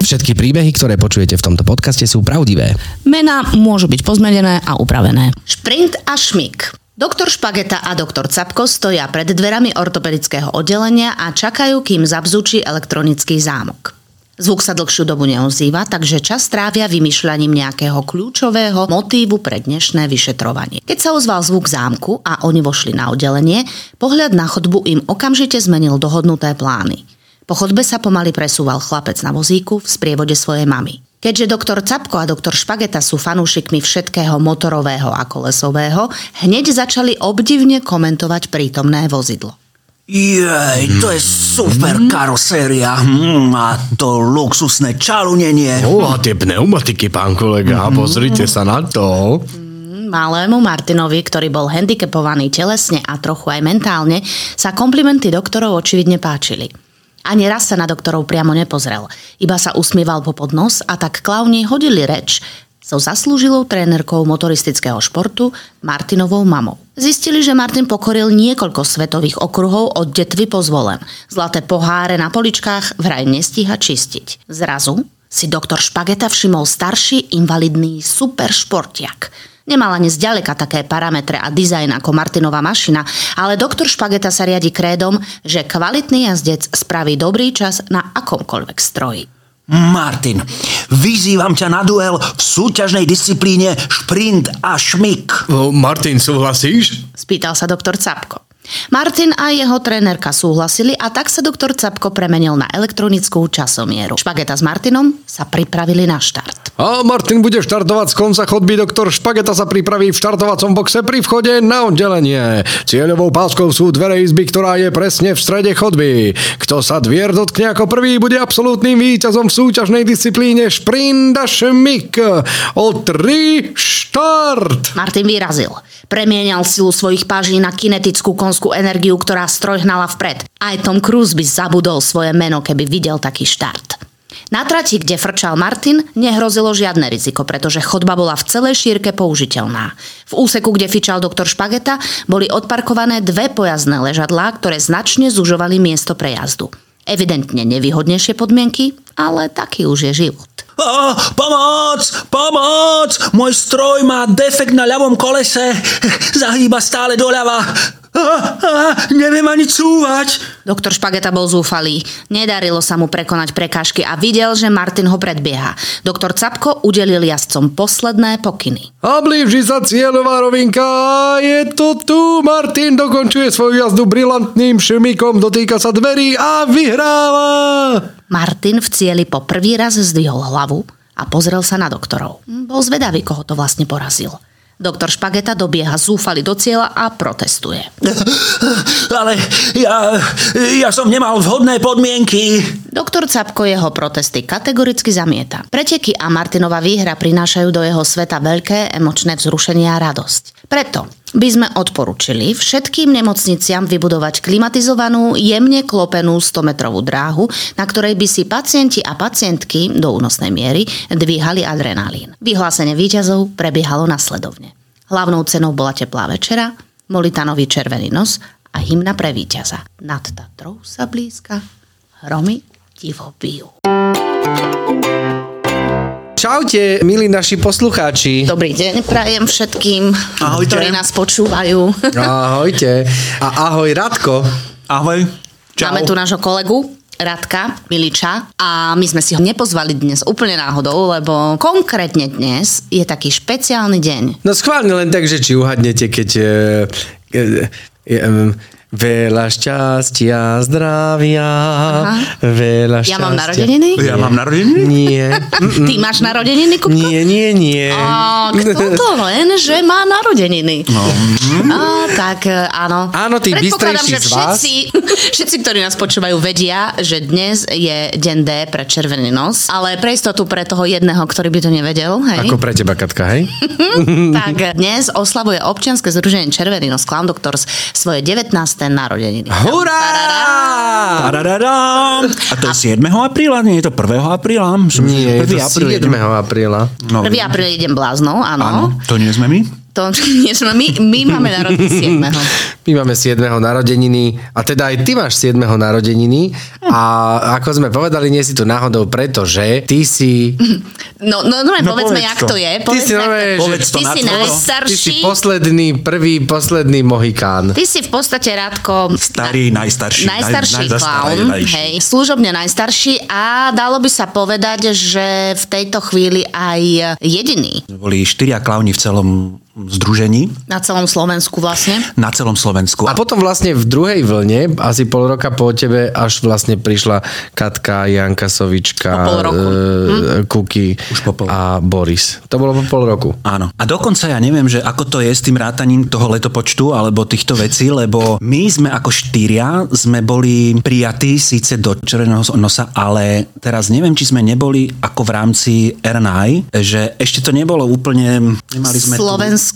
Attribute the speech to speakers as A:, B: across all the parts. A: Všetky príbehy, ktoré počujete v tomto podcaste, sú pravdivé.
B: Mená môžu byť pozmenené a upravené.
C: Šprint a šmik. Doktor Špageta a doktor Capko stoja pred dverami ortopedického oddelenia a čakajú, kým zabzučí elektronický zámok. Zvuk sa dlhšiu dobu neozýva, takže čas trávia vymýšľaním nejakého kľúčového motívu pre dnešné vyšetrovanie. Keď sa ozval zvuk zámku a oni vošli na oddelenie, pohľad na chodbu im okamžite zmenil dohodnuté plány. Po chodbe sa pomaly presúval chlapec na vozíku v sprievode svojej mamy. Keďže doktor Capko a doktor Špageta sú fanúšikmi všetkého motorového a kolesového, hneď začali obdivne komentovať prítomné vozidlo.
D: Jej, to je super karoséria Mm, a to luxusné čalunenie.
E: O, a tie pneumatiky, pán kolega, pozrite sa na to.
C: Mm, Malému Martinovi, ktorý bol handicapovaný telesne a trochu aj mentálne, sa komplimenty doktorov očividne páčili. Ani raz sa na doktorov priamo nepozrel, iba sa usmieval popod nos a tak klauni hodili reč so zaslúžilou trénerkou motoristického športu Martinovou mamou. Zistili, že Martin pokoril niekoľko svetových okruhov od detvy po zvolen. Zlaté poháre na poličkách vraj nestíha čistiť. Zrazu si doktor Špageta všimol starší invalidný superšportiak. Nemal ani zďaleka také parametre a dizajn ako Martinova mašina, ale doktor Špageta sa riadi krédom, že kvalitný jazdec spraví dobrý čas na akomkoľvek stroji.
D: Martin, vyzývam ťa na duel v súťažnej disciplíne šprint a šmik.
E: O, Martin, súhlasíš?
C: Spýtal sa doktor Capko. Martin a jeho trénerka súhlasili a tak sa doktor Capko premenil na elektronickú časomieru. Špageta s Martinom sa pripravili na štart.
E: A Martin bude štartovať z konca chodby, doktor Špageta sa pripraví v štartovacom boxe pri vchode na oddelenie. Cieľovou páskou sú dvere izby, ktorá je presne v strede chodby. Kto sa dvier dotkne ako prvý, bude absolútnym víťazom v súťažnej disciplíne Šprinda Šmik. O 3 štart!
C: Martin vyrazil. Premienal silu svojich páží na kinetickú konskú energiu, ktorá stroj hnala vpred. Aj Tom Cruise by zabudol svoje meno, keby videl taký štart. Na trati, kde frčal Martin, nehrozilo žiadne riziko, pretože chodba bola v celej šírke použiteľná. V úseku, kde fičal doktor Špageta, boli odparkované dve pojazdné ležadlá, ktoré značne zužovali miesto pre jazdu. Evidentne nevýhodnejšie podmienky, ale taký už je život.
D: Á, pomoc! Pomoc! Môj stroj má defekt na ľavom kolese. Zahýba stále doľava. Á, á, neviem ani cúvať.
C: Doktor Špageta bol zúfalý. Nedarilo sa mu prekonať prekážky a videl, že Martin ho predbieha. Doktor Capko udelil jazdcom posledné pokyny.
E: A blíži sa cieľová rovinka. Je to tu. Martin dokončuje svoju jazdu brilantným šmikom, dotýka sa dverí a vyhráva.
C: Martin v cieli po prvý raz zdvihol hlavu a pozrel sa na doktorov. Hm, Bol zvedavý, koho to vlastne porazil. Doktor Špageta dobieha zúfali do cieľa a protestuje.
D: Ale ja, ja som nemal vhodné podmienky.
C: Doktor Capko jeho protesty kategoricky zamieta. Preteky a Martinova výhra prinášajú do jeho sveta veľké emočné vzrušenie a radosť. Preto by sme odporučili všetkým nemocniciam vybudovať klimatizovanú, jemne klopenú 100-metrovú dráhu, na ktorej by si pacienti a pacientky do únosnej miery dvíhali adrenalín. Vyhlásenie výťazov prebiehalo nasledovne. Hlavnou cenou bola teplá večera, Molitanový červený nos a hymna pre víťaza. Nad Tatrou sa blízka Hromy divo bijú.
A: Čaute, milí naši poslucháči.
C: Dobrý deň prajem všetkým,
D: Ahojte.
C: ktorí nás počúvajú.
A: Ahojte. A ahoj Radko.
D: Ahoj. Čau.
C: Máme tu nášho kolegu. Radka Miliča a my sme si ho nepozvali dnes úplne náhodou, lebo konkrétne dnes je taký špeciálny deň.
A: No schválne len tak, že či uhadnete, keď... E, e, e, em, veľa šťastia, zdravia, veľa
C: Ja
A: šťastia.
C: mám narodeniny?
D: Ja mám narodeniny?
A: Nie,
C: Ty máš narodeniny, Kupko?
A: nie, nie, nie.
C: A kto to len, že má narodeniny? No. A, tak e, áno.
A: Áno, tí
C: Predpokladám,
A: bystrejší
C: že
A: z vás.
C: všetci, všetci, ktorí nás počúvajú, vedia, že dnes je deň D pre červený nos, ale pre istotu pre toho jedného, ktorý by to nevedel, hej?
A: Ako pre teba, Katka, hej?
C: Tak e, dnes oslavuje občianske združenie Červený nos Clown Doctors svoje 19. narodeniny.
A: Hurá!
D: Tarararám. A to je 7. apríla, nie je to 1. apríla? Som
A: Nie, je to 7.
D: apríl.
A: apríla.
D: No,
C: 1. apríl je deň bláznov, áno.
D: áno, to nie sme my.
C: To niečo, no my, my máme narodný 7.
A: My máme 7. narodeniny a teda aj ty máš 7. narodeniny a ako sme povedali, nie si tu náhodou, pretože ty si,
C: No, no, no, povedzme,
D: No, povedz
C: jak
D: to.
C: to je.
A: ty si,
C: Povedzme,
A: nové, že,
D: povedz to
C: ty
D: na
C: si
D: tvrdo.
A: ty si
C: najstarší.
A: posledný, prvý, posledný mohikán.
C: Ty si v podstate, Rádko,
D: Starý, najstarší. naj-
C: najstarší
D: najzastaralejší.
C: clown, hej, služobne najstarší a dalo by sa povedať, že v tejto chvíli aj jediný
D: Boli štyria klauni v celom združení
C: na celom Slovensku vlastne.
D: na celom Slovensku.
A: A potom vlastne v druhej vlne, asi pol roka po tebe, až vlastne prišla Katka, Janka Sovička,
C: Po pol roku. Hm?
A: e, Kuky
D: Už po pol.
A: a Boris. To bolo po pol roku.
D: Áno. A dokonca ja neviem, že ako to je s tým rátaním toho letopočtu alebo týchto vecí, lebo my sme ako štyria, sme boli prijatí síce do červeného nosa, ale teraz neviem, či sme neboli ako v rámci RNI, že ešte to nebolo úplne... Nemali sme tú-
C: Slovenské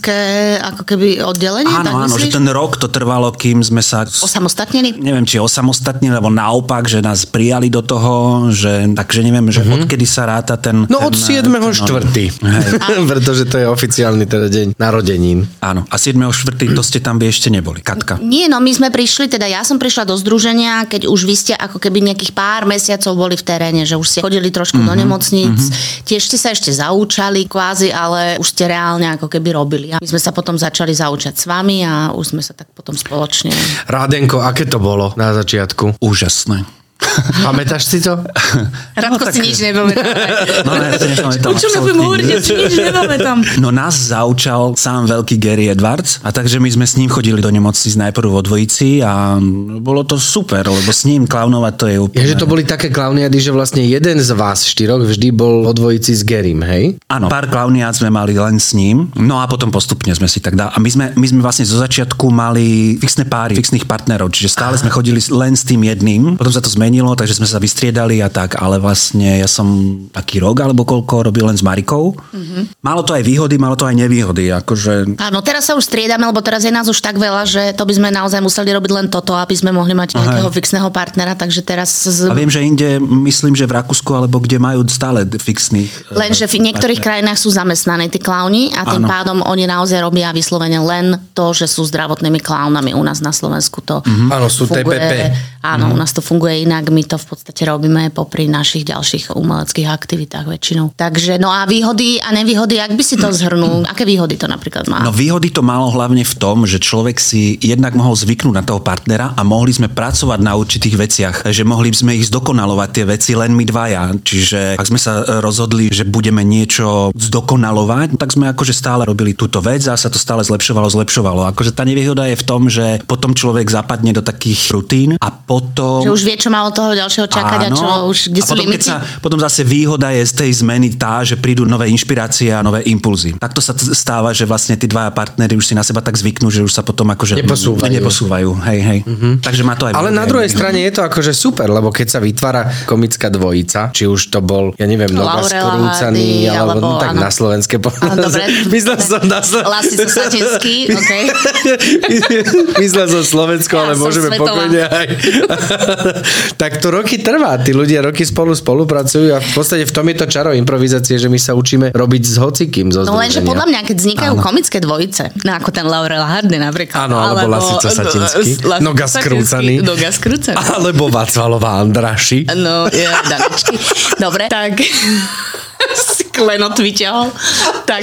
C: ako keby oddelenie,
D: Áno,
C: tak
D: áno, že
C: myslíš?
D: ten rok to trvalo, kým sme sa...
C: Osamostatnený?
D: neviem, či osamostatne, alebo naopak, že nás prijali do toho, že, takže neviem, že mm-hmm. odkedy sa ráta ten...
A: Mhm. No
D: ten,
A: od
D: eh,
A: 7. štvrtý. Pretože to je oficiálny teda deň narodenín.
D: Áno, a 7. štvrtý, to ste tam vy ešte neboli. Katka.
C: Nie, no my sme prišli, teda ja som prišla do združenia, keď už vy ste ako keby nejakých pár mesiacov boli v teréne, že už ste chodili trošku mm-hmm, do nemocníc, mm-hmm. tiež ste sa ešte zaučali kvázi, ale už ste reálne ako keby robili. A my sme sa potom začali zaučať s vami a už sme sa tak potom spoločne...
A: Rádenko, aké to bolo na začiatku?
D: Úžasné.
A: Pamätáš si to?
C: Radko si nič nepamätá.
D: No, ja si nepamätám
C: O čom ja budem
D: absolútne
C: hovoriť, ja si nič nepamätám.
D: No nás zaučal sám veľký Gary Edwards a takže my sme s ním chodili do nemocnic najprv vo dvojici a bolo to super, lebo s ním klaunovať to je úplne...
A: Ja, že to boli také klauniady, že vlastne jeden z vás štyroch vždy bol o dvojici s Gerim, hej?
D: Áno, pár klauniác sme mali len s ním, no a potom postupne sme si tak dá. A my sme, my sme vlastne zo začiatku mali fixné páry, fixných partnerov, čiže stále sme chodili s- len s tým jedným. Potom sa to zmenilo, takže sme sa vystriedali a tak, ale vlastne ja som taký rok alebo koľko robil len s Marikou.
C: Mhm.
D: Mm-hmm. Malo to aj výhody, malo to aj nevýhody, akože...
C: Áno, teraz sa už striedame, lebo teraz je nás už tak veľa, že to by sme naozaj museli robiť len toto, aby sme mohli mať nejakého fixného partnera, takže teraz... Z...
D: A viem, že inde, myslím, že v Rakúsku alebo kde majú stále fixných... e,
C: Lenže v niektorých krajinách sú zamestnaní tí klauni a tým
D: Áno.
C: pádom oni naozaj robia vyslovene len to, že sú zdravotnými klaunami. U nás na Slovensku to
D: Mhm.
C: mm-hmm.
A: Áno, sú TPP.
C: Áno, mm-hmm. u nás to funguje inak, my to v podstate robíme popri našich ďalších umeleckých aktivitách väčšinou. Takže, no a výhody a nevýhody, ak by si to zhrnul? Aké výhody to napríklad má?
D: No výhody to malo hlavne v tom, že človek si jednak mohol zvyknúť na toho partnera a mohli sme pracovať na určitých veciach, že mohli sme ich zdokonalovať tie veci len my dvaja. Čiže ak sme sa e, rozhodli, že budeme niečo zdokonalovať, tak sme akože stále robili túto vec a sa to stále zlepšovalo, zlepšovalo. Akože tá nevýhoda je v tom, že potom človek zapadne do takých rutín a potom...
C: Že už vie, čo má od toho ďalšieho čakať a čo už, kde
D: a
C: sú
D: potom, keď
C: limity?
D: sa, potom zase výhoda je z tej zmeny tá, že prídu nové inšpirácie a nové impulzy. Takto sa t- stáva, že vlastne tí dvaja partnery už si na seba tak zvyknú, že už sa potom akože
A: Neposúvajú. Mhm.
D: neposúvajú. Hej, hej. Mm-hmm. Takže má to aj výhody,
A: Ale na
D: aj
A: druhej
D: nevýhody.
A: strane je to akože super, lebo keď sa vytvára komická dvojica, či už to bol, ja neviem, Noga
C: Laurel
A: Skrúcaný,
C: Hardy,
A: alebo, no,
C: alebo-
A: tak
C: áno.
A: na slovenské
C: Áno, dobre.
A: Myslel som na slo-
C: Lasi sa Satinský, okej.
A: Myslel som Slovensko,
C: Ja
A: ale
C: som
A: môžeme
C: svetová.
A: pokojne aj. tak to roky trvá, tí ľudia roky spolu spolupracujú a v podstate v tom je to čaro improvizácie, že my sa učíme robiť s hocikým zo
C: No lenže
A: združenia.
C: podľa mňa, keď vznikajú komické dvojice, no ako ten Laurel Hardy napríklad.
A: Áno, alebo Lasica Satinský, Noga skrúcaný.
C: Noga skrúcaný.
A: Alebo Václavová Andraši.
C: No, ja, Danočky. Dobre, tak sklenot vyťahol. Tak...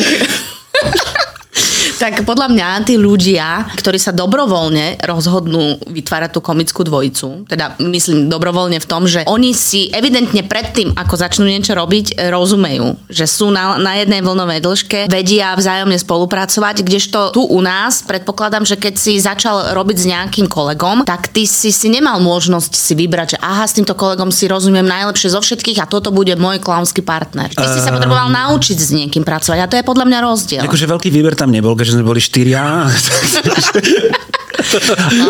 C: Tak podľa mňa tí ľudia, ktorí sa dobrovoľne rozhodnú vytvárať tú komickú dvojicu, teda myslím dobrovoľne v tom, že oni si evidentne predtým, ako začnú niečo robiť, e, rozumejú, že sú na, na jednej vlnovej dĺžke, vedia vzájomne spolupracovať, kdežto tu u nás predpokladám, že keď si začal robiť s nejakým kolegom, tak ty si si nemal možnosť si vybrať, že aha, s týmto kolegom si rozumiem najlepšie zo všetkých a toto bude môj klaunský partner. Ty si sa potreboval naučiť s niekým pracovať a to je podľa mňa rozdiel.
D: Akože veľký výber tam nebol, keďže sme boli štyria.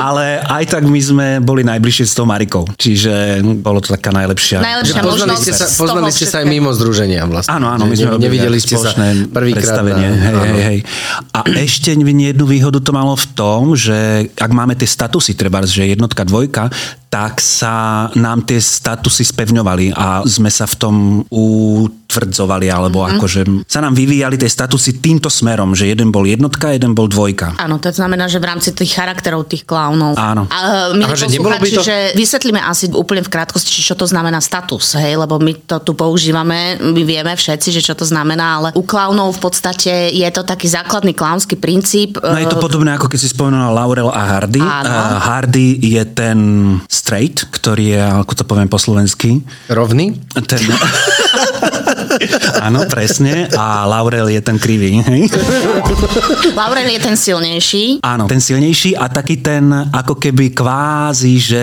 D: Ale aj tak my sme boli najbližšie s tou Marikou. Čiže hm, bolo to taká najlepšia.
C: Najlepšia
D: najlepšia
A: Poznali
C: možnosť
A: ste sa,
C: z toho
A: poznali ste sa aj
C: všetkého.
A: mimo združenia vlastne.
D: Áno, áno,
A: Že
D: my sme
A: ne-
D: robili
A: Nevideli
D: nejaké
A: ste sa
D: spoločné
A: prvýkrát.
D: predstavenie.
A: na-
D: hej,
A: áno.
D: hej, hej. A ešte jednu výhodu to malo v tom, že ak máme tie statusy, treba, že jednotka, dvojka, tak sa nám tie statusy spevňovali a sme sa v tom utvrdzovali, alebo mm-hmm. akože sa nám vyvíjali tie statusy týmto smerom, že jeden bol jednotka, jeden bol dvojka.
C: Áno, to znamená, že v rámci tých charakterov tých klaunov.
D: Áno.
C: A, e, milí
A: Aha, že nebolo by
C: poslucháči,
A: to-
C: že vysvetlíme asi úplne v krátkosti, čo to znamená status, hej, lebo my to tu používame, my vieme všetci, že čo to znamená, ale u klaunov v podstate je to taký základný klaunský princíp.
D: No je to podobné, ako keď si spomenula Laurel a Hardy.
C: Áno.
D: Eh, Hardy je ten straight, ktorý je, ako to poviem po slovensky,
A: Rovný?
D: ten... Áno, presne. A Laurel je ten krivý. hej?
C: Eh, Laurel je ten silnejší.
D: Áno, ten silnejší a taký ten ako keby kvázi, že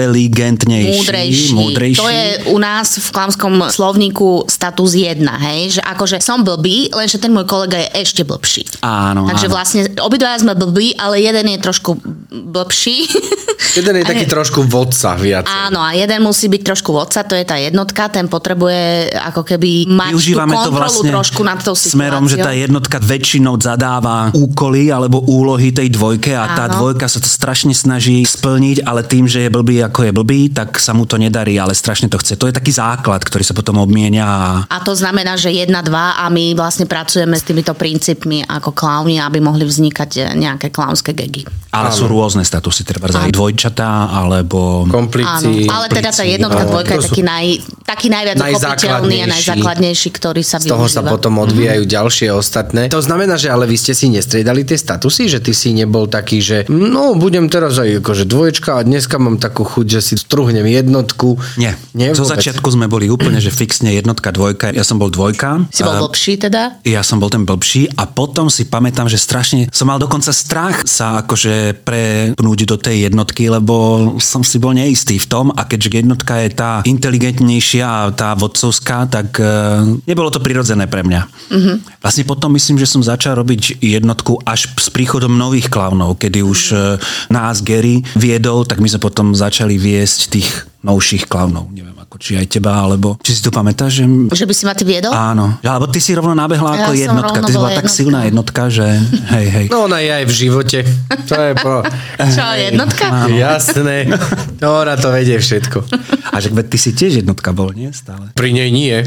D: inteligentnejší.
C: Múdrejší.
D: múdrejší.
C: To je u nás v klamskom slovníku status 1, hej? Že akože som blbý, lenže ten môj kolega je ešte blbší.
D: Áno,
C: Takže
D: áno.
C: vlastne obidvaja sme blbí, ale jeden je trošku blbší.
A: Jeden je
C: A
A: taký
C: ne-
A: trošku vodca viac.
C: Áno, a jeden musí byť trošku vodca, to je tá jednotka, ten potrebuje ako keby mať
D: Využívame
C: tú
D: to
C: kontrolu
D: vlastne
C: trošku nad tou situáciou.
D: smerom, že tá jednotka väčšinou zadáva úkoly alebo úlohy tej dvojke a tá
C: Áno.
D: dvojka sa to strašne snaží splniť, ale tým, že je blbý ako je blbý, tak sa mu to nedarí, ale strašne to chce. To je taký základ, ktorý sa potom obmienia a
C: A to znamená, že jedna, dva a my vlastne pracujeme s týmito princípmi ako klauni, aby mohli vznikať eh, nejaké klaunské gegy.
D: ale sú rôzne statusy, treba aj dvojčatá, alebo...
C: Áno,
A: Komplici.
C: ale teda tá
D: komplici,
C: jednotka,
A: áno,
C: dvojka
A: to
C: je
A: sú
C: taký, naj, taký najviac uchopiteľný a
A: najzákladnejší.
C: najzákladnejší, ktorý sa
A: Z toho sa
C: využíva.
A: potom odvíjajú ďalšie ostatné. To znamená, že ale vy ste si nestriedali tie statusy, že ty si nebol taký, že no budem teraz aj akože dvoječka a dneska mám takú chuť, že si strúhnem jednotku.
D: Nie,
A: Nie
D: zo
A: vôbec.
D: začiatku sme boli úplne, že fixne jednotka, dvojka. Ja som bol dvojka.
C: Si bol
D: A-
C: lepší teda?
D: Ja som bol ten blbší a potom si pamätám, že strašne som mal dokonca strach sa akože prepnúť do tej jednotky, lebo som si bol neistý v tom a keďže jednotka je tá inteligentnejšia a tá vodcovská, tak e, nebolo to prirodzené pre mňa. Mm-hmm. Vlastne potom myslím, že som začal robiť jednotku až s príchodom nových klaunov, kedy už e, nás Gary viedol, tak my sme potom začali viesť tých novších klaunov. Neviem, ako či aj teba, alebo... Či si to pamätáš, že
C: Že by si ma ty viedol?
D: Áno, že- alebo ty si rovno nabehla ako
C: som
D: jednotka,
C: rovno
D: ty si bola
C: bola
D: tak
C: jednotka.
D: silná jednotka, že hej, hej.
A: No ona je aj v živote. To je po...
C: Čo, jednotka?
A: Jasné. To ona to vedie všetko.
D: A že veď ty si tiež jednotka bol, nie? Stále.
A: Pri nej nie.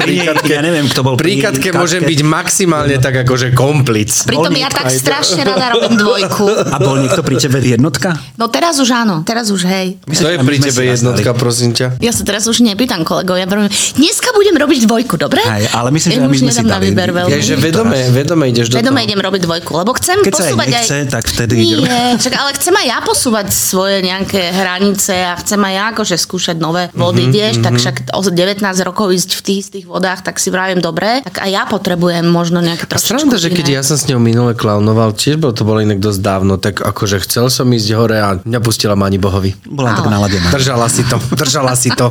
A: Pri
D: nej- ja neviem, kto bol pri
A: pri
D: nej
A: Katke
D: Katke.
A: môžem byť maximálne tak akože komplic.
C: Pritom
D: Bol
C: ja
D: niekto
C: tak strašne rada robím dvojku.
D: A bol niekto pri tebe jednotka?
C: No teraz už áno, teraz už hej.
A: To je
D: a my
A: pri
D: sme
A: tebe
D: si nastali.
A: jednotka, prosím ťa.
C: Ja sa teraz už nepýtam kolegov, ja beriem, dneska budem robiť dvojku, dobre?
D: Hej, ale myslím,
C: Ja
D: že aj my
C: už
D: sme si
C: nedám na
D: dali.
C: výber veľmi.
A: Je, že vedome, vedome ideš do
C: Vedome
A: toho.
C: idem robiť dvojku, lebo chcem
D: Keď sa aj
C: posúvať
D: nechce, tak vtedy idem.
C: Nie, čak, ale chcem aj ja posúvať svoje nejaké hranice a chcem aj ja akože skúšať nové
D: Mhm,
C: vody, vieš, tak však o 19 rokov ísť v tých, tých vodách, tak si vravím dobre, tak aj ja potrebujem možno nejaké trošičku
A: Sranda, že
C: iné.
A: keď ja som s ňou minule klaunoval, tiež bol to bolo inak dosť dávno, tak akože chcel som ísť hore a nepustila ma ani bohovi.
D: Bola tak naladená.
A: Držala si to, držala si to.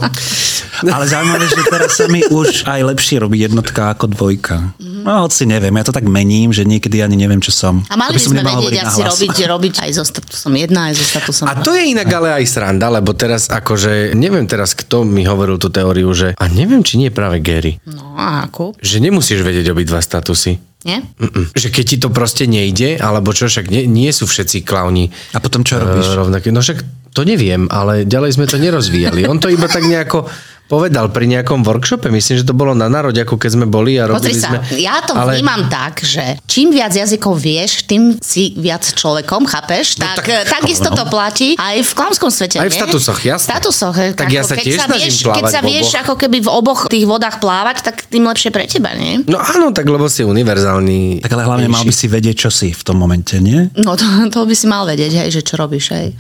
D: Ale zaujímavé, že teraz sa mi už aj lepšie robí jednotka ako dvojka. No hoci neviem, ja to tak mením, že niekedy ani neviem, čo som.
C: Mhm. A mali
D: To
C: by
D: by som
C: sme
D: nemal
C: vedieť
D: hovoriť
C: asi
D: nahlas.
C: robiť, robiť aj so statusom 1, aj so statusom
A: A to je inak ale aj sranda, lebo teraz akože, neviem teraz, kto mi hovoril tú teóriu, že a neviem, či nie práve Gary,
C: No a ako?
A: že nemusíš vedieť obidva statusy.
C: Nie?
A: Mm-mm. Že keď ti to proste nejde, alebo čo, však nie, nie sú všetci klauni
D: A potom čo robíš?
A: e, rovnakí. No však to neviem, ale ďalej sme to nerozvíjali. On to iba tak nejako povedal pri nejakom workshope. Myslím, že to bolo na nároďaku, keď sme boli a
C: Pozri
A: robili
C: sa,
A: sme...
C: ja to ale... vnímam tak, že čím viac jazykov vieš, tým si viac človekom, chápeš?
A: No
C: Tak, eh,
A: tak-
C: takisto to platí aj v klamskom svete.
A: Aj v
C: nie?
A: statusoch, jasné.
C: V statusoch. hej,
A: Tak ja sa
C: keď
A: tiež snažím
C: vieš,
A: plávať
C: Keď sa
A: v
C: vieš
A: oboch.
C: ako keby v oboch tých vodách plávať, tak tým lepšie pre teba, nie?
A: No áno, tak lebo si univerzálny.
D: Tak ale hlavne mal by si vedieť, čo si v tom momente, nie?
C: No to, to by si mal vedieť, hej, že čo robíš, hej.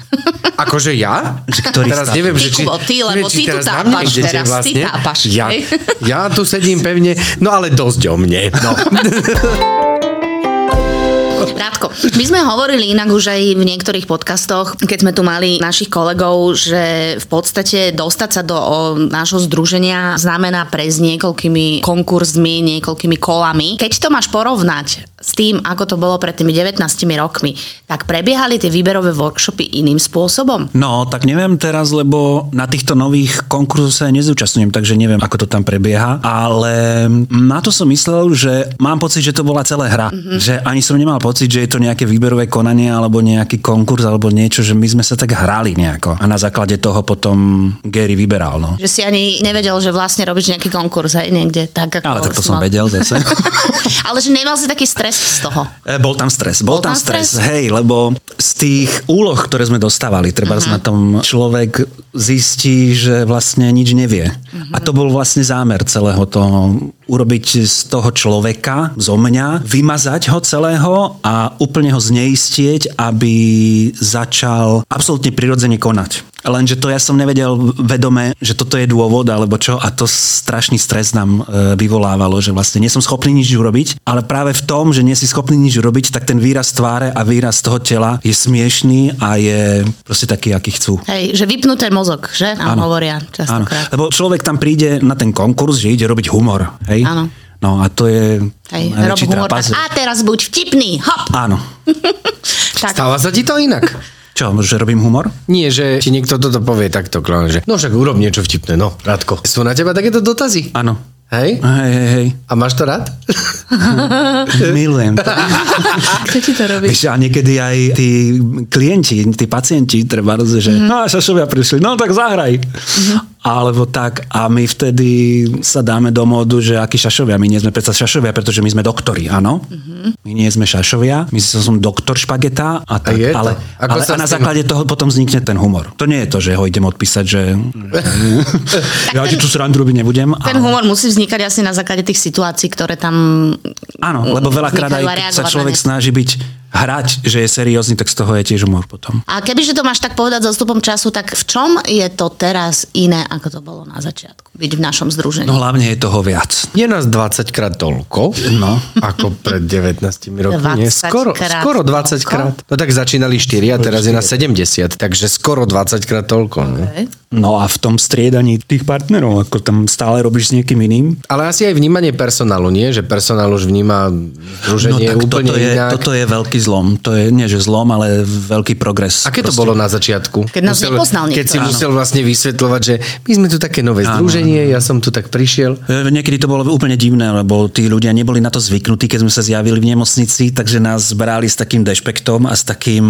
A: Akože ja?
D: Že ktorý
A: teraz
D: status?
A: neviem, že
C: Ty,
A: či...
C: Kubo, ty, lebo
A: neviem, či
C: ty tu
A: teraz na
C: tápaš
A: mňa idete
C: teraz, ty tápaš,
A: vlastne Ja,
C: hej.
A: ja tu sedím pevne, no ale dosť o mne. No.
C: Rádko, my sme hovorili inak už aj v niektorých podcastoch, keď sme tu mali našich kolegov, že v podstate dostať sa do o, nášho združenia znamená prejsť niekoľkými konkurzmi, niekoľkými kolami. Keď to máš porovnať s tým, ako to bolo pred tými 19 rokmi, tak prebiehali tie výberové workshopy iným spôsobom?
D: No, tak neviem teraz, lebo na týchto nových konkurzoch sa nezúčastňujem, takže neviem, ako to tam prebieha, ale na to som myslel, že mám pocit, že to bola celá hra. Mm-hmm. Že ani som nemal pocit, že je to nejaké výberové konanie alebo nejaký konkurs alebo niečo, že my sme sa tak hrali nejako. A na základe toho potom Gary vyberal, no.
C: Že si ani nevedel, že vlastne robíš nejaký konkurs aj niekde. Tak, ako
D: Ale tak to
C: si
D: som
C: mal.
D: vedel zase.
C: Ale že nemal si taký stres z toho.
D: E, Bol tam stres, bol, tam, stres, hej, lebo z tých úloh, ktoré sme dostávali, treba uh-huh. na tom človek zistí, že vlastne nič nevie. Uh-huh. A to bol vlastne zámer celého toho, urobiť z toho človeka, zo mňa, vymazať ho celého a úplne ho zneistieť, aby začal absolútne prirodzene konať. Lenže to ja som nevedel vedome, že toto je dôvod alebo čo a to strašný stres nám e, vyvolávalo, že vlastne nie som schopný nič urobiť, ale práve v tom, že nie si schopný nič urobiť, tak ten výraz tváre a výraz toho tela je smiešný a je proste taký, aký chcú.
C: Hej, že vypnuté mozog, že? Nám hovoria
D: Áno,
C: častokrát.
D: lebo človek tam príde na ten konkurs, že ide robiť humor, hej?
C: Áno.
D: No a to je
C: Hej, rob
D: najväčší
C: humor, tak,
D: trapas.
C: a teraz buď vtipný, hop!
D: Áno.
C: Tak,
A: Stáva sa ti to inak?
D: Čo, že robím humor?
A: Nie, že ti niekto toto povie takto, Klán, že no však urob niečo vtipné, no, Radko. Sú na teba takéto dotazy?
D: Áno.
A: Hej?
D: Hej, hej, hej.
A: A máš to rád?
D: Milujem to.
C: kto ti to robí?
D: Vieš, a niekedy aj tí klienti, tí pacienti, treba rozumieť,
C: Mhm.
D: že mm. no, šašovia prišli, no tak zahraj. Alebo tak a my vtedy sa dáme do módu, že akí šašovia, my nie sme predsa šašovia, pretože my sme doktori, áno?
C: Mhm.
D: My nie sme šašovia, my som, som doktor špageta a tak,
A: je to?
D: ale,
A: Ako
D: ale
A: sa
D: a na
A: s tým-
D: základe toho potom vznikne ten humor. To nie je to, že ho idem odpísať, že ja ti tu srandu robiť nebudem.
C: Ten
D: ale-
C: humor musí vznikať asi na základe tých situácií, ktoré tam...
D: Áno, lebo veľakrát aj
C: Michaela
D: keď sa
C: reagovať na
D: človek
C: ne.
D: snaží byť hrať, že je seriózny, tak z toho je tiež humor potom.
C: A kebyže to máš tak povedať s odstupom času, tak v čom je to teraz iné, ako to bolo na začiatku? Byť v našom združení.
D: No hlavne je toho viac.
A: Je nás 20 krát toľko,
D: No.
A: ako pred 19 rokmi. Nie,
C: 20
A: skoro,
C: krát
A: skoro 20
C: toľko?
A: krát. No tak začínali 4 a teraz je na 70, takže skoro 20 krát toľko. No.
D: No a v tom striedaní tých partnerov, ako tam stále robíš s niekým iným.
A: Ale asi aj vnímanie personálu, nie? Že personál už vníma združenie úplne
D: No toto je,
A: inak.
D: toto je veľký zlom. To je nie že zlom, ale veľký progres.
A: Aké to bolo na začiatku?
C: Keď nás nepoznal
A: Keď
C: nikto.
A: si
C: Áno.
A: musel vlastne vysvetľovať, že my sme tu také nové združenie, ja som tu tak prišiel.
D: E, Niekedy to bolo úplne divné, lebo tí ľudia neboli na to zvyknutí, keď sme sa zjavili v nemocnici, takže nás brali s takým dešpektom a s takým,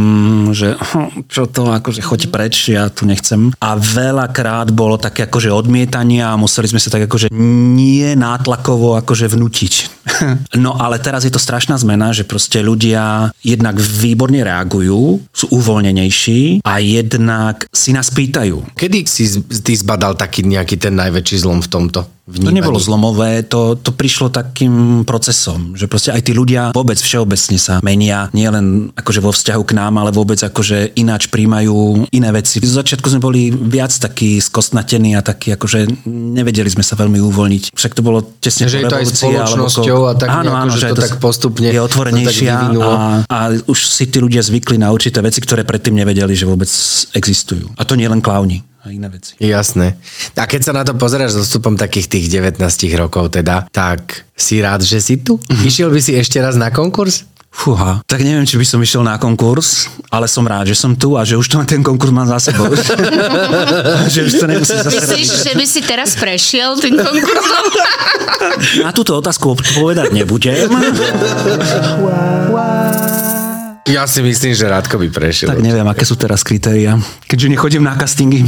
D: že hm, čo to, akože choď preč, ja tu nechcem. A veľakrát bolo také akože odmietanie a museli sme sa tak akože nie nátlakovo akože vnútiť. no ale teraz je to strašná zmena, že proste ľudia jednak výborne reagujú, sú uvoľnenejší a jednak si nás pýtajú.
A: Kedy si z- ty zbadal taký nejaký ten najväčší zlom v tomto
D: To
A: vnímaní?
D: nebolo zlomové, to, to prišlo takým procesom, že proste aj tí ľudia vôbec všeobecne sa menia, nielen akože vo vzťahu k nám, ale vôbec akože ináč príjmajú iné veci. Z začiatku sme boli viac takí skostnatení a takí akože nevedeli sme sa veľmi uvoľniť. Však to bolo tesne po
A: Že je to aj
D: revolúcii, alebo
A: spoločnosťou
D: koľko-
A: a tak nejako, že
D: aj
A: to tak postupne
D: je
A: sa tak
D: otvorenejšia
A: vyvinulo.
D: a, a už si tí ľudia zvykli na určité veci, ktoré predtým nevedeli, že vôbec existujú. A to nie len klauni a iné veci.
A: Jasné. A keď sa na to pozeráš s odstupom takých tých 19 rokov teda, tak si rád, že si tu? Išiel by si ešte raz na konkurs?
D: Fúha, tak neviem, či by som išiel na konkurs, ale som rád, že som tu a že už to ten konkurs mám za sebou. že už to nemusím zase robiť.
C: Myslíš, že by si teraz prešiel tým konkurzom?
D: Na túto otázku odpovedať nebudem.
A: Ja si myslím, že Rádko by prešiel.
D: tak neviem, aké sú teraz kritéria, keďže nechodím na castingy.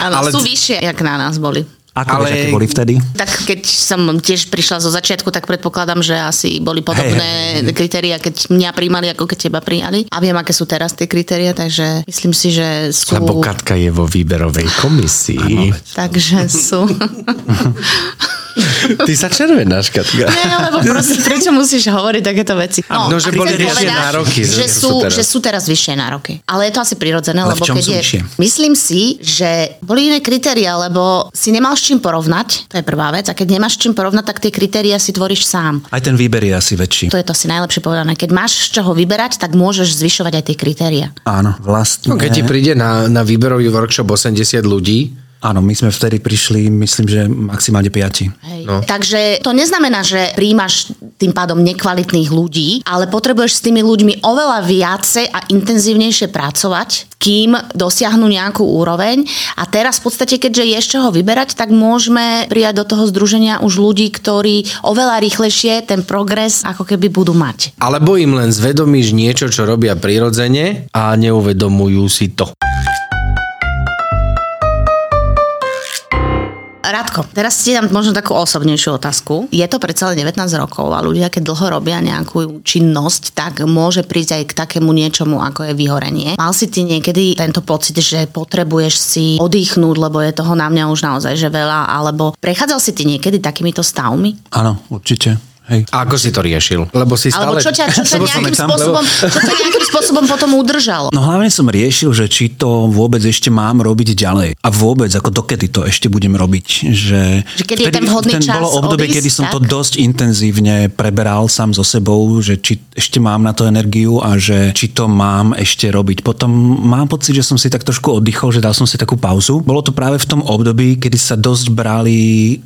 C: Áno,
A: Ale-
C: sú vyššie, jak na nás boli.
D: Ako
A: Ale-
D: ale... aké boli vtedy?
C: Tak keď som tiež prišla zo začiatku, tak predpokladám, že asi boli podobné kritéria, keď mňa príjmali, ako keď teba prijali. A viem, aké sú teraz tie kritéria, takže myslím si, že sú...
A: Lebo Katka je vo výberovej komisii.
C: Takže sú...
A: Ty sa červenáš, Katka.
C: Nie, lebo proste, prečo musíš hovoriť takéto veci?
A: No, že boli
C: chcem
A: vyššie
C: povedať,
A: nároky,
C: Že
A: že
C: sú,
A: sú teraz.
C: že sú teraz vyššie nároky. Ale je to asi prirodzené,
D: Ale v
C: lebo
D: čom
C: keď
D: sú
C: je...
D: vyššie?
C: Myslím si, že boli iné kritéria, lebo si nemal s čím porovnať, to je prvá vec. A keď nemáš s čím porovnať, tak tie kritéria si tvoríš sám.
D: Aj ten výber je asi väčší.
C: To je to asi najlepšie povedané. Keď máš z čoho vyberať, tak môžeš zvyšovať aj tie kritéria.
D: Áno, vlastne.
A: No, keď ti príde na, na výberový workshop 80 ľudí,
D: Áno, my sme vtedy prišli, myslím, že maximálne piati.
C: Hej. No. Takže to neznamená, že príjmaš tým pádom nekvalitných ľudí, ale potrebuješ s tými ľuďmi oveľa viacej a intenzívnejšie pracovať, kým dosiahnu nejakú úroveň. A teraz v podstate, keďže je z čoho vyberať, tak môžeme prijať do toho združenia už ľudí, ktorí oveľa rýchlejšie ten progres ako keby budú mať.
A: Alebo im len zvedomíš niečo, čo robia prirodzene a neuvedomujú si to.
C: Radko, teraz ti dám možno takú osobnejšiu otázku. Je to predsa len 19 rokov a ľudia, keď dlho robia nejakú činnosť, tak môže prísť aj k takému niečomu, ako je vyhorenie. Mal si ty niekedy tento pocit, že potrebuješ si oddychnúť, lebo je toho na mňa už naozaj že veľa, alebo prechádzal si ty niekedy takýmito stavmi?
D: Áno, určite. Hej.
A: A ako si to riešil? Lebo si stále...
C: Alebo čo ťa, čo ťa,
D: Lebo som
C: nejakým,
D: tam,
C: spôsobom, čo ťa nejakým spôsobom potom udržalo?
D: No hlavne som riešil, že či to vôbec ešte mám robiť ďalej. A vôbec, ako dokedy to ešte budem robiť. Že,
C: Že keď je ten vhodný
D: ten
C: čas
D: bolo obdobie,
C: odísť,
D: kedy som to
C: tak?
D: dosť intenzívne preberal sám so sebou, že či ešte mám na to energiu a že či to mám ešte robiť. Potom mám pocit, že som si tak trošku oddychol, že dal som si takú pauzu. Bolo to práve v tom období, kedy sa dosť brali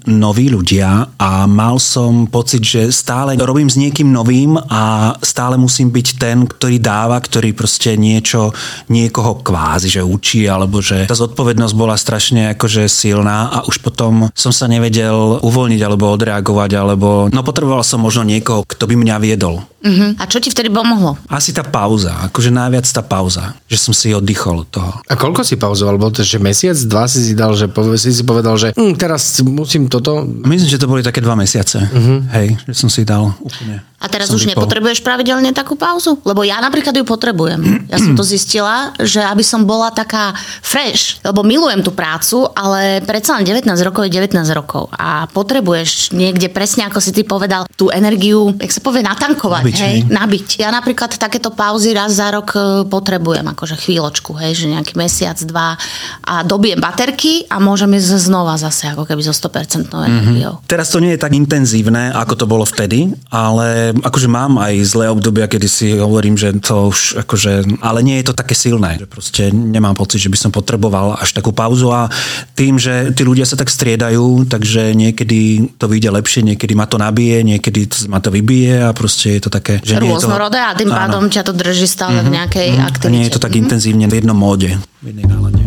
D: noví ľudia a mal som pocit, že stále robím s niekým novým a stále musím byť ten, ktorý dáva, ktorý proste niečo, niekoho kvázi, že učí, alebo že tá zodpovednosť bola strašne akože silná a už potom som sa nevedel uvoľniť alebo odreagovať, alebo no potreboval som možno niekoho, kto by mňa viedol.
C: Mhm. A čo ti vtedy pomohlo?
D: Asi tá pauza, akože najviac tá pauza, že som si oddychol od toho.
A: A koľko si pauzoval? Bol to, že mesiac, dva si si dal, že pove, si, si povedal, že hm, teraz musím toto...
D: Myslím, že to boli také dva mesiace, hej, že som si dal úplne.
C: A teraz
D: som
C: už
D: vypol.
C: nepotrebuješ pravidelne takú pauzu? Lebo ja napríklad ju potrebujem. Ja som to zistila, že aby som bola taká fresh, lebo milujem tú prácu, ale predsa len 19 rokov je 19 rokov a potrebuješ niekde presne, ako si ty povedal, tú energiu, jak sa povie, natankovať,
D: Nabiť,
C: hej,
D: hej.
C: nabiť. Ja napríklad takéto pauzy raz za rok e, potrebujem, akože chvíľočku, hej, že nejaký mesiac, dva a dobijem baterky a môžem ísť znova zase, ako keby so 100%
D: Mhm.
C: energiou.
D: Teraz to nie je tak intenzívne, ako to bolo vtedy, ale akože mám aj zlé obdobia, kedy si hovorím, že to už akože, ale nie je to také silné. Že proste nemám pocit, že by som potreboval až takú pauzu a tým, že tí ľudia sa tak striedajú, takže niekedy to vyjde lepšie, niekedy ma to nabije, niekedy to- ma to vybije a proste je to také, že nie je to...
C: Rôznorodé a tým
D: Áno. Mhm.
C: pádom ťa to drží stále v nejakej
D: A
C: aktivite. Mhm.
D: nie je to tak intenzívne v jednom móde, v jednej nálade.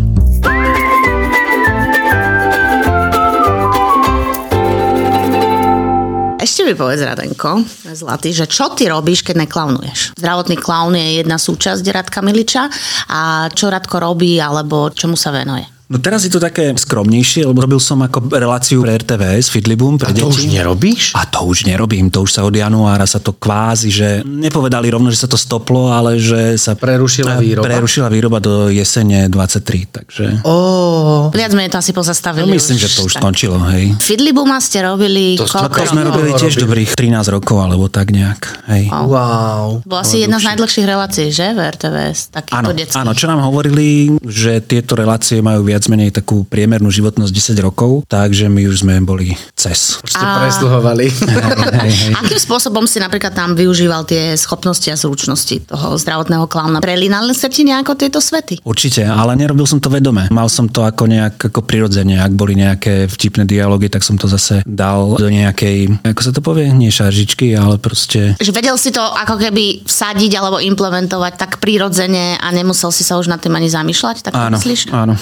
C: Ešte mi povedz, Radenko, zlatý, že čo ty robíš, keď neklaunuješ? Zdravotný klaun je jedna súčasť Radka Miliča a čo Radko robí alebo čomu sa venuje?
D: No teraz je to také skromnejšie, lebo robil som ako reláciu pre RTVS, Fidlibum pre
A: A to
D: deti.
A: už nerobíš?
D: A to už nerobím, to už sa od januára sa to kvázi, že nepovedali rovno, že sa to stoplo, ale že sa eh,
A: Prerušila výroba?
D: Prerušila výroba do jesene 23, takže
C: Viac menej to asi pozastavili.
D: no, myslím, že to už
C: tak.
D: skončilo, hej.
C: Fidlibuma ste robili
A: To-
C: koľko?
D: A to sme
A: rokov
D: robili tiež
A: robili?
D: dobrých 13 rokov, alebo tak nejak, hej.
A: Wow.
C: Bola asi jedna z najdlhších relácií, že? V RTVS, takýchto
D: Áno,
C: detských.
D: áno, čo nám hovorili, že tieto relácie majú viac menej takú priemernú životnosť 10 rokov, takže my už sme boli cez.
A: Už ste presluhovali.
D: Hej, hej.
C: Akým spôsobom si napríklad tam využíval tie schopnosti a zručnosti toho zdravotného klauna? Prelínali sa ti nejako tieto svety?
D: Určite, ale nerobil som to vedome. Mal som to ako nejak ako prirodzene. Ak boli nejaké vtipné dialógy, tak som to zase dal do nejakej, ako sa to povie, nie šaržičky, ale proste...
C: Že vedel si to ako keby vsadiť alebo implementovať tak prirodzene a nemusel si sa už nad tým ani zamýšľať, tak
D: Áno,
C: áno, myslíš?
D: áno.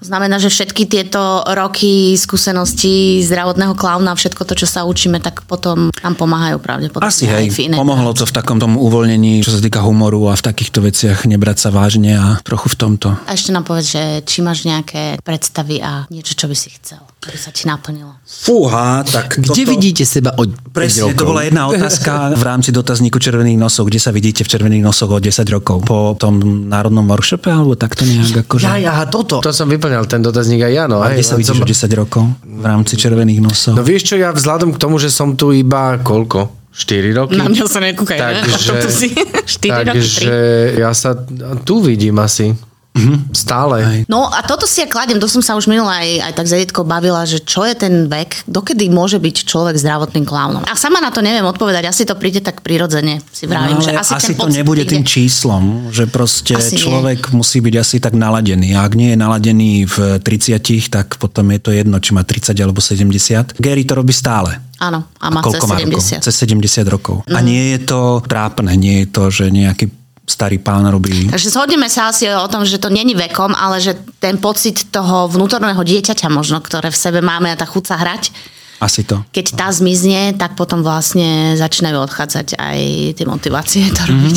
C: To znamená, že všetky tieto roky skúseností zdravotného klauna, všetko to, čo sa učíme, tak potom nám pomáhajú pravdepodobne.
D: Asi
C: aj
D: hej,
C: v inej
D: pomohlo to v takom tom uvoľnení, čo sa týka humoru a v takýchto veciach nebrať sa vážne a trochu v tomto.
C: A ešte nám povedz, že či máš nejaké predstavy a niečo, čo by si chcel, aby sa ti naplnilo.
D: Fúha, tak
A: Kde vidíte seba od 5
D: Presne,
A: rokov?
D: to bola jedna otázka v rámci dotazníku Červených nosov, kde sa vidíte v Červených nosoch o 10 rokov. Po tom národnom workshope, alebo takto nejak akože...
A: Jaj, aha, toto. To som vyplňal ten dotazník aj ja, no.
D: A
A: hej,
D: kde sa
A: len
D: vidíš
A: som-
D: o 10 rokov v rámci červených nosov?
A: No vieš čo, ja vzhľadom k tomu, že som tu iba koľko? 4 roky?
B: Na mňa sa nekúkaj, ne? O tom tu si. 4 roky,
A: takže ja sa tu vidím asi. Stále.
D: Mhm. Hej.
C: No a toto si ja kladem, to som sa už minula aj, aj tak za detkou bavila, že čo je ten vek, dokedy môže byť človek zdravotným klaunom. A sama na to neviem odpovedať, asi to príde tak prirodzene, si vravím. že No,
D: ale
C: asi,
D: No, asi
C: ten
D: to
C: pocit
D: nebude
C: príde.
D: tým číslom, že proste
C: Asi nie.
D: človek musí byť asi tak naladený. A ak nie je naladený v 30, tak potom je to jedno, či má 30 alebo 70. Gary to robí stále.
C: Áno, a má cez Mhm.
D: Koľko má rokov?
C: 70.
D: Cez 70 rokov. A nie je to trápne, nie je to, že nejaký starý pán robí...
C: Takže zhodneme sa asi o tom, že to není vekom, ale že ten pocit toho vnútorného dieťaťa možno, ktoré v sebe máme a tá chuť sa hrať,
D: Asi to.
C: keď tá zmizne, tak potom vlastne začínajú odchádzať aj tie motivácie
D: Mhm,
C: to robiť.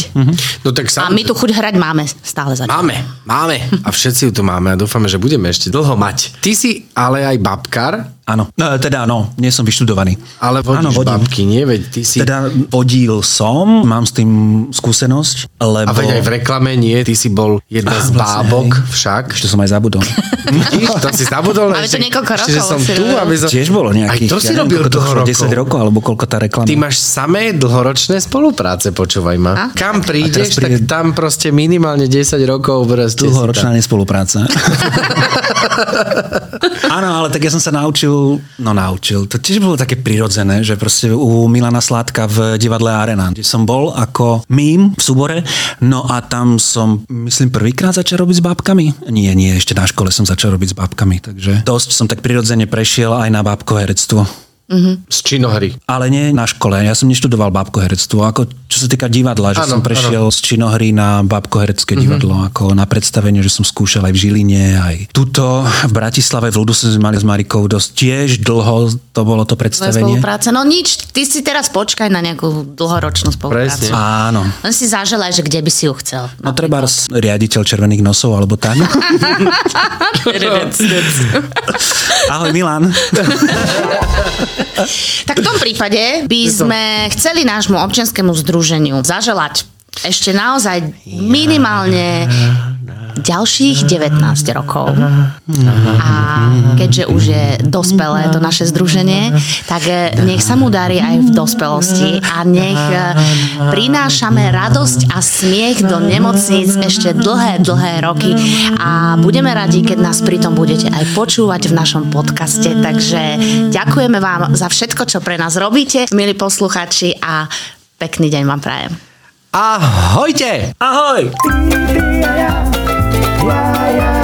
A: No tak
C: A
A: sam...
C: my tu chuť hrať máme stále za
A: Máme, máme. A všetci ju tu máme a dúfame, že budeme ešte dlho mať. Ty si ale aj babkár,
D: Áno. No, teda áno, nie som vyštudovaný.
A: ale vodíš
D: Áno,
A: ano,
D: vodím.
A: babky, nie? Veď ty si... Teda...
D: Teda vodil som, mám s tým skúsenosť, lebo...
A: A veď aj v reklame nie, ty si bol jedna
D: Ah,
A: z
D: vlastne,
A: bábok
D: hej.
A: však.
D: Ešte Akože som aj zabudol.
A: Vidíš, to si zabudol.
C: Máme
A: ešte-
C: to niekoľko
A: ešte, že
C: rokov
A: som
C: si
A: tu,
C: robil.
A: aby som...
D: Tiež bolo nejakých...
A: Aj to si
D: ja neviem,
A: robil
D: koľko to
A: dlho
D: bolo,
A: rokov.
D: 10 rokov, no. alebo koľko tá reklama.
A: Ty máš samé dlhoročné spolupráce, počúvaj ma.
C: A?
D: A
A: Kam prídeš,
D: teraz príde-
A: tak tam proste minimálne 10 rokov proste si
D: Dlhoročná
A: tam.
D: nespolupráca. Áno, ale tak ja som sa naučil, no naučil, to tiež bolo také prirodzené, že proste u Milana Sládka v divadle Arena, kde som bol ako mím v súbore, no a tam som, myslím, prvýkrát začal robiť s bábkami. Nie, nie, ešte na škole som začal robiť s bábkami, takže dosť som tak prirodzene prešiel aj na bábkové herectvo.
A: Z činohry.
D: Ale nie na škole. Ja som neštudoval bábkoherectvo. Ako, čo sa týka divadla, že
A: Áno, Mhm.
D: som prešiel z činohry na bábkoherecké divadlo, ako na predstavenie, že som skúšal aj v Žiline, aj tuto v Bratislave, v Ludu sme mali s Marikou dosť tiež dlho, to bolo
C: Tvoja
D: to predstavenie.
C: spolupráca. No nič, ty si teraz počkaj na nejakú dlhoročnú spoluprácu.
A: Presne.
D: Áno.
C: Len si zaželaj, že kde by si ju chcel.
D: No treba riaditeľ červených nosov alebo tak. Ahoj Milan.
C: Tak v tom prípade by sme chceli nášmu občianskému združeniu zaželať ešte naozaj minimálne ďalších 19 rokov. A keďže už je dospelé to naše združenie, tak eh, nech sa mu darí aj v dospelosti a nech eh, prinášame radosť a smiech do nemocníc ešte dlhé, dlhé roky a budeme radi, keď nás pritom budete aj počúvať v našom podcaste. Takže ďakujeme vám za všetko, čo pre nás robíte, milí posluchači a pekný deň vám prajem.
A: Ahojte!
D: Ahoj.
F: yeah, yeah, yeah, yeah.